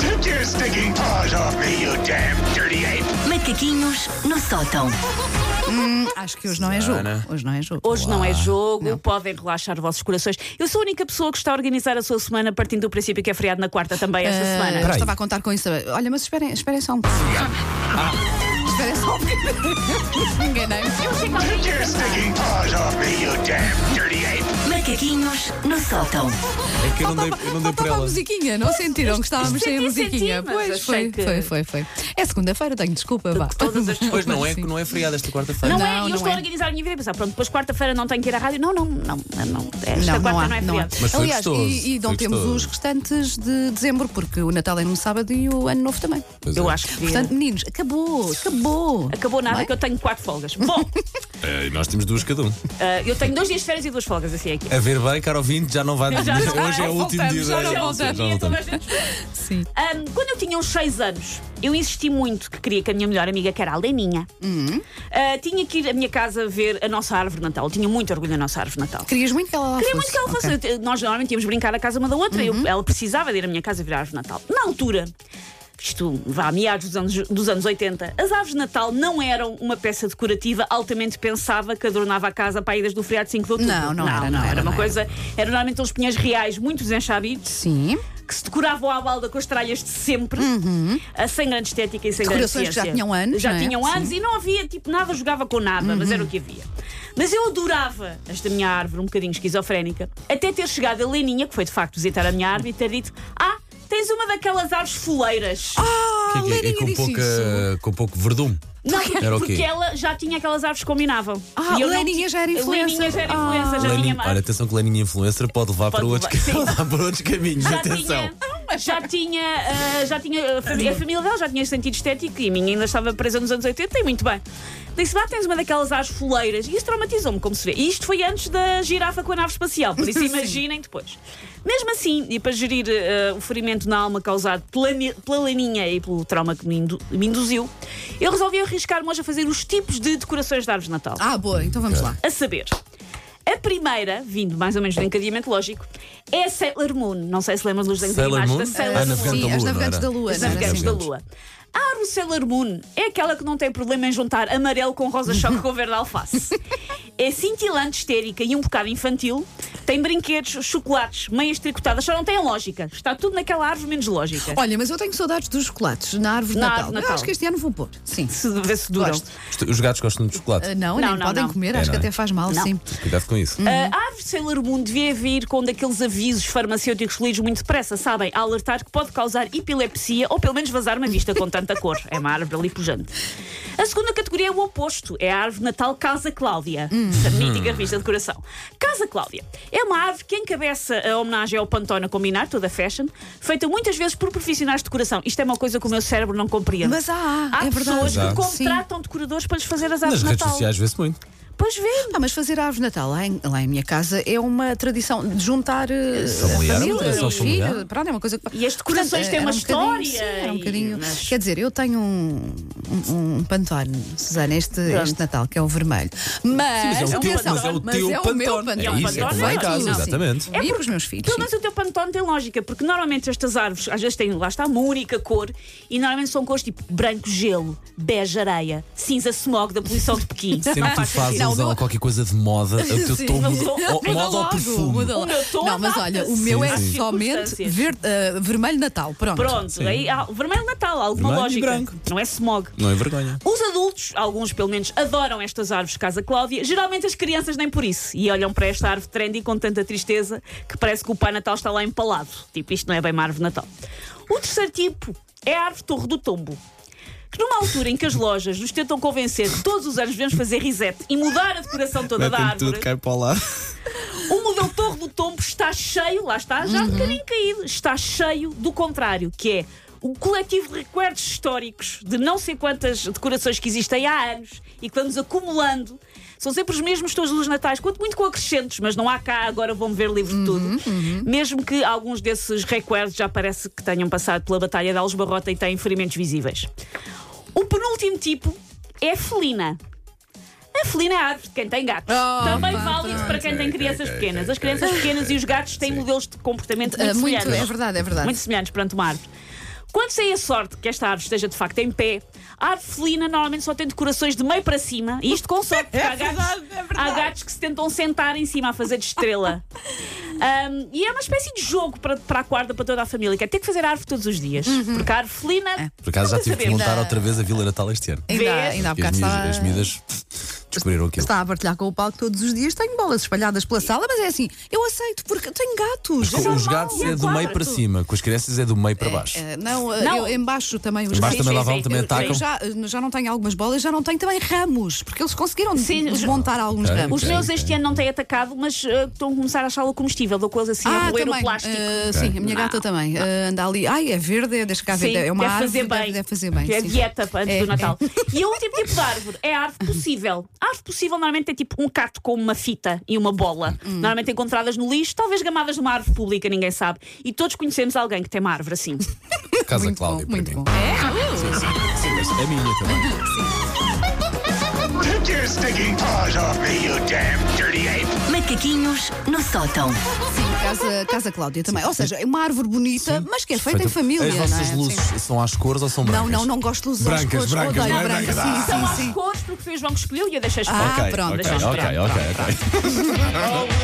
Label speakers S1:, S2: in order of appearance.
S1: Take your stinking paws off me, you damn dirty ape!
S2: Macaquinhos no sótão.
S3: Acho que hoje não é jogo.
S4: Susana.
S3: Hoje não é jogo.
S5: Hoje não é jogo, podem relaxar os vossos corações. Eu sou a única pessoa que está a organizar a sua semana partindo do princípio que é feriado na quarta também esta
S3: Ah,
S5: semana.
S3: eu estava a contar com isso. Olha, mas esperem, esperem só um pouco. Esperem só um pouco. Enganei.
S1: Take your stinking paws off me, you damn dirty ape!
S2: Macaquinhos no sótão.
S4: É que eu não dei, eu não dei por
S3: Faltava a
S4: ela.
S3: musiquinha, não sentiram que estávamos sem a
S5: senti,
S3: musiquinha?
S5: senti, mas
S3: Pois, foi,
S5: achei que-
S3: foi, foi, foi. É segunda-feira, tenho desculpa, vá.
S5: Todas as
S4: Pois não é,
S3: Sim.
S4: não é feriado esta quarta-feira.
S5: Não,
S3: Não,
S5: é, eu
S3: não
S5: estou
S3: é.
S5: a organizar a minha vida e pensar, pronto, depois quarta-feira não tenho que ir à rádio. Não, não, não, não. Esta
S3: Não,
S5: quarta
S3: não há,
S5: não é
S3: não há.
S5: feriado.
S4: Mas foi
S3: Aliás,
S4: gostoso,
S3: e, e não
S4: foi
S3: temos
S4: gostoso.
S3: os restantes de dezembro, porque o Natal é num sábado e o Ano Novo também.
S4: Pois
S5: Eu
S4: é.
S5: acho que devia.
S3: Portanto, meninos, acabou, acabou.
S5: Acabou nada
S3: Não é?
S5: que eu tenho quatro folgas. Bom,
S4: É, e nós temos duas cada um.
S5: ah, eu tenho dois dias de férias e duas folgas, assim é que é.
S4: A ver bem, caro ouvinte, já não vai.
S5: Já não vai,
S4: Hoje é o último
S3: voltamos,
S4: dia
S3: já
S4: da-
S3: não
S4: Já
S3: voltamos.
S4: voltamos.
S3: Sim.
S5: Então, Ahm, quando eu tinha uns 6 anos, eu insisti muito que queria que a minha melhor amiga, que era a Leninha,
S3: Uhum.
S5: ah, tinha que ir à minha casa ver a nossa árvore de Natal. Eu tinha muito orgulho da nossa árvore de Natal.
S3: Querias muito que ela lá
S5: Queria muito
S3: fosse.
S5: que ela fosse.
S3: Ok. Uhum.
S5: Eu- Nós normalmente íamos brincar à casa uma da outra. Eu- ela precisava de ir à minha casa ver a árvore de Natal. Na altura, isto vá a meados dos anos, dos anos 80, as árvores de Natal não eram uma peça decorativa altamente pensada que adornava a casa para idas do feriado de 5 de outubro.
S3: Não, não era, não era,
S5: uma
S3: não
S5: coisa. Eram normalmente uns pinheiros reais, muito desenchabidos,
S3: Sim.
S5: que se decoravam à balda com as tralhas de sempre, ah, sem grande estética e sem grande
S3: Uhum. Decorações
S5: ciência.
S3: que já tinham anos,
S5: Já
S3: não é?
S5: tinham anos e não havia, tipo, nada jogava com nada, mas era o que havia. Mas eu adorava esta minha árvore, um bocadinho esquizofrénica, até ter chegado a Leninha, que foi de facto visitar a minha árvore, e ter dito: Ah, tens uma daquelas árvores fuleiras.
S3: Ah,
S4: Que é que é? É
S3: Leirinha
S4: com,
S3: disse
S4: pouca,
S3: isso.
S4: com pouco verdume.
S5: Não,
S4: Era o
S5: porque
S4: quê?
S5: ela já tinha aquelas árvores que combinavam.
S3: Ah,
S5: E eu não
S3: Leninha
S5: ti-
S3: já era influencer.
S5: Leninha já era
S3: Ah.
S5: influencer, já tinha
S4: Lenin,
S5: mais.
S4: olha, atenção que Leninha Influencer pode levar,
S5: Pode
S4: para, outros,
S5: levar, sim.
S4: levar para outros caminhos.
S5: já
S4: atenção.
S5: tinha, já tinha, ah, já tinha a, fami- a família dela já tinha este sentido estético e a minha ainda estava presa nos anos 80 e muito bem. Disse, vá, tens uma daquelas ás foleiras. E isso traumatizou-me, como se vê. E isto foi antes da girafa com a nave espacial, por isso imaginem depois. Mesmo assim, e para gerir ah, o ferimento na alma causado pela, ni- pela laninha e pelo trauma que me, indu- me induziu, eu resolvi arriscar-me hoje a fazer os tipos de decorações de árvores de Natal.
S3: Ah, boa, então vamos lá.
S5: A saber, a primeira, vindo mais ou menos do encadeamento lógico, é a Sailor Moon. Não sei se lembram dos desenhos
S4: Sailor
S5: animados
S4: Moon?
S5: da Sailor
S4: Ah,
S5: Moon.
S4: Navegante
S3: Sim,
S4: da
S3: as
S4: Lua, não
S3: navegantes
S4: era?
S3: da Lua,
S5: Os
S3: não era?
S5: navegantes da
S4: Navegantes.
S5: Lua. A árvore Sailor Moon é aquela que não tem problema em juntar amarelo com rosa-choque com verde alface. É cintilante, histérica e um bocado infantil. Tem brinquedos, chocolates, meias tricotadas, só não tem lógica. Está tudo naquela árvore menos lógica.
S3: Olha, mas eu tenho saudades dos chocolates na árvore de
S5: Na
S3: Natal.
S5: árvore de
S3: Eu
S5: Natal.
S3: acho que este ano vou pôr. Sim.
S5: Se, vê se duram.
S3: Gosto.
S4: Os gatos gostam de chocolate.
S3: Ah, não,
S5: Não,
S3: nem
S5: não,
S3: podem
S5: não.
S3: comer,
S4: É,
S3: acho que
S4: não é?
S3: até faz mal,
S5: Não.
S3: sim.
S4: Cuidado com isso.
S5: A árvore Sailor Moon devia vir com um daqueles avisos farmacêuticos lidos muito depressa, sabem? A alertar que pode causar epilepsia ou pelo menos vazar uma vista com tanta cor. É uma árvore ali pujante. A segunda categoria é o oposto. É a árvore natal Casa Cláudia. A mítica revista de coração. Casa Cláudia é uma árvore que encabeça a homenagem ao Pantone a combinar, toda a fashion, feita muitas vezes por profissionais de decoração. Isto é uma coisa que o meu cérebro não compreende.
S3: Mas há,
S5: Há
S3: é verdade.
S5: pessoas
S3: Há.
S5: que contratam decoradores para lhes fazer as árvores
S4: Nas
S5: de
S4: redes
S5: natal.
S4: sociais vê-se muito.
S5: Pois vê.
S3: Ah, mas fazer a árvore de Natal lá em, lá em minha casa é uma tradição de juntar eh,
S4: familiar,
S3: a
S4: é
S3: família,
S4: uma tradição
S3: o filho,
S4: familiar.
S3: pronto, é uma coisa que...
S5: E as decorações
S3: Portanto,
S5: têm
S3: era
S5: é uma
S3: bocadinho-
S5: história
S3: sim, era um
S5: e-
S3: bocadinho...
S5: mas-
S3: Quer dizer, eu tenho um, um, um pantone, Susana, este, este Natal, que é o vermelho. Mas,
S4: Mas é o teu,
S3: atenção,
S4: mas é o
S3: mas
S4: teu
S3: é o
S4: pantone.
S3: meu
S4: É
S3: pantone.
S4: isso, é
S5: Pantone,
S4: que vai em
S5: não,
S4: casa,
S5: não, É sim.
S4: exatamente.
S3: E para os meus filhos.
S5: Pelo menos o teu pantone tem lógica, porque normalmente estas árvores, às vezes têm, lá está, uma única cor, e normalmente são cores tipo branco gelo, bege areia, cinza smog da poluição de Pequim.
S4: Sempre tu
S5: Faz
S4: fazes
S3: Não,
S5: sentido.
S3: o
S4: usar
S3: meu-
S4: qualquer coisa de moda, o teu
S3: Sim.
S4: tom
S5: Não,
S4: muda-
S5: sou-
S4: ou-
S3: Muda
S4: moda ao
S3: logo,
S4: perfume.
S3: muda
S5: O
S3: logo.
S5: meu tom
S3: Não, mas olha, o
S5: adapta-se
S3: meu é
S5: às
S3: somente
S5: circunstâncias.
S3: verde, ah, vermelho Natal. Pronto.
S5: Pronto, aí há o vermelho natal, alguma
S4: Vermelho e
S5: lógica.
S4: branco.
S5: Não é smog.
S4: Não é vergonha.
S5: Os adultos, alguns pelo menos, adoram estas árvores de Casa Cláudia. Geralmente as crianças nem por isso. E olham para esta árvore trendy com tanta tristeza que parece que o Pai Natal está lá empalado. Tipo, isto não é bem uma árvore de Natal. O terceiro tipo é a árvore Torre do Tombo. Que numa altura em que as lojas nos tentam convencer que todos os anos devemos fazer reset e mudar a decoração toda da árvore,
S4: cai para lá.
S5: o modelo Torre do Tombo está cheio, lá está, já um bocadinho caído, está cheio do contrário, que é o coletivo de recuerdos históricos de não sei quantas decorações que existem há anos e que vamos acumulando. São sempre os mesmos todos os natais, quanto muito com acrescentos, mas não há cá, agora vão ver livre de tudo. Mesmo que alguns desses recuerdos já parece que tenham passado pela Batalha de Algebarrota e têm ferimentos visíveis. O penúltimo tipo é a felina. É felina é árvore de quem tem gatos.
S3: Oh,
S5: Também
S3: pá,
S5: vale isso para quem tem
S4: ok,
S5: crianças
S4: ok,
S5: pequenas.
S4: ok,
S5: As crianças pequenas e os gatos têm modelos de comportamento muito,
S3: Ah, muito,
S5: semelhantes.
S3: é verdade, é verdade.
S5: Muito semelhantes perante uma árvore. Quando tem a sorte que esta árvore esteja de facto em pé, a árvore felina normalmente só tem decorações de meio para cima, e isto com sorte, porque
S3: É
S5: há, gatos, há gatos que se tentam sentar em cima a fazer de estrela. Ahm, e é uma espécie de jogo para, para a guarda, para toda a família, que é ter que fazer árvore todos os dias,
S3: Uhum.
S5: porque a árvore felina.
S3: É.
S4: Por acaso já
S5: nunca
S4: tive que
S5: sabemos.
S4: montar outra vez a Vila Natal este ano.
S3: Ainda,
S5: Vês?
S3: ainda há
S4: Porque
S3: bocado
S4: as
S3: estava.
S4: miúdas, as miúdas descobriram aquilo.
S3: Está a partilhar com o palco todos os dias, tenho bolas espalhadas pela sala, mas é assim, eu aceito porque tenho gatos. é
S4: Com os
S3: normal.
S4: gatos
S5: e
S4: é
S5: é
S4: do meio
S5: claro.
S4: para cima, com as crianças é do meio para baixo.
S3: Eh, Não, eh,
S5: Não.
S3: eu embaixo também os
S4: Embaixo
S5: Sim,
S4: também lá
S5: sim,
S4: vão,
S5: sim,
S4: também
S5: eu-
S4: atacam.
S3: Eu já, eh, já não tenho algumas bolas, já não tenho também ramos, porque eles conseguiram
S5: Sim, os-
S3: desmontar alguns
S4: Ok.
S3: ramos.
S5: Os
S4: Ok,
S5: meus
S4: ok.
S5: este ano não têm atacado, mas eh, estão a começar a achá-lo comestível. Dou coisas assim a roer o plástico.
S3: Ah,
S5: Ah.
S3: eh, sim, a minha gata também. eh, anda ali. Ai, é verde, deixa cá ver.
S5: Sim,
S3: É uma
S5: deve
S3: árvore.
S5: fazer bem.
S3: Deve, deve fazer bem.
S5: Que é a
S3: sim.
S5: dieta antes
S3: É,
S5: do Natal. E o último tipo de árvore é a árvore possível. A árvore possível normalmente é tipo um cato com uma fita e uma bola.
S3: Hum.
S5: Normalmente encontradas no lixo, talvez gamadas numa árvore pública, ninguém sabe. E todos conhecemos alguém que tem uma árvore assim.
S4: Casa
S3: Muito
S4: Cláudia,
S3: bom, muito
S4: para mim.
S3: bom.
S4: É minha também.
S1: Take your stinking paws off me, you damn dirty ape!
S2: Macaquinhos no sótão.
S3: É, Casa, casa Cláudia também. Ou seja, é uma árvore bonita, mas que é feita em
S4: Feito-
S3: família.
S4: Então, As
S3: não, é?
S4: vossas
S3: Sim.
S4: luzes são às cores ou são brancas?
S3: não, não, não gosto de luzes às
S4: Brancas,
S3: cores.
S4: brancas,
S3: Odeio
S4: não é?
S3: brancas.
S4: Brancas.
S3: Sim,
S5: Às
S3: sim, sim.
S5: cores, porque foi o João que escolheu e eu deixei
S3: Ah,
S5: escolher.
S4: Ok,
S3: pronto.
S4: ok,
S5: Deixa eu
S4: ok,
S5: esperar.
S4: ok, ok.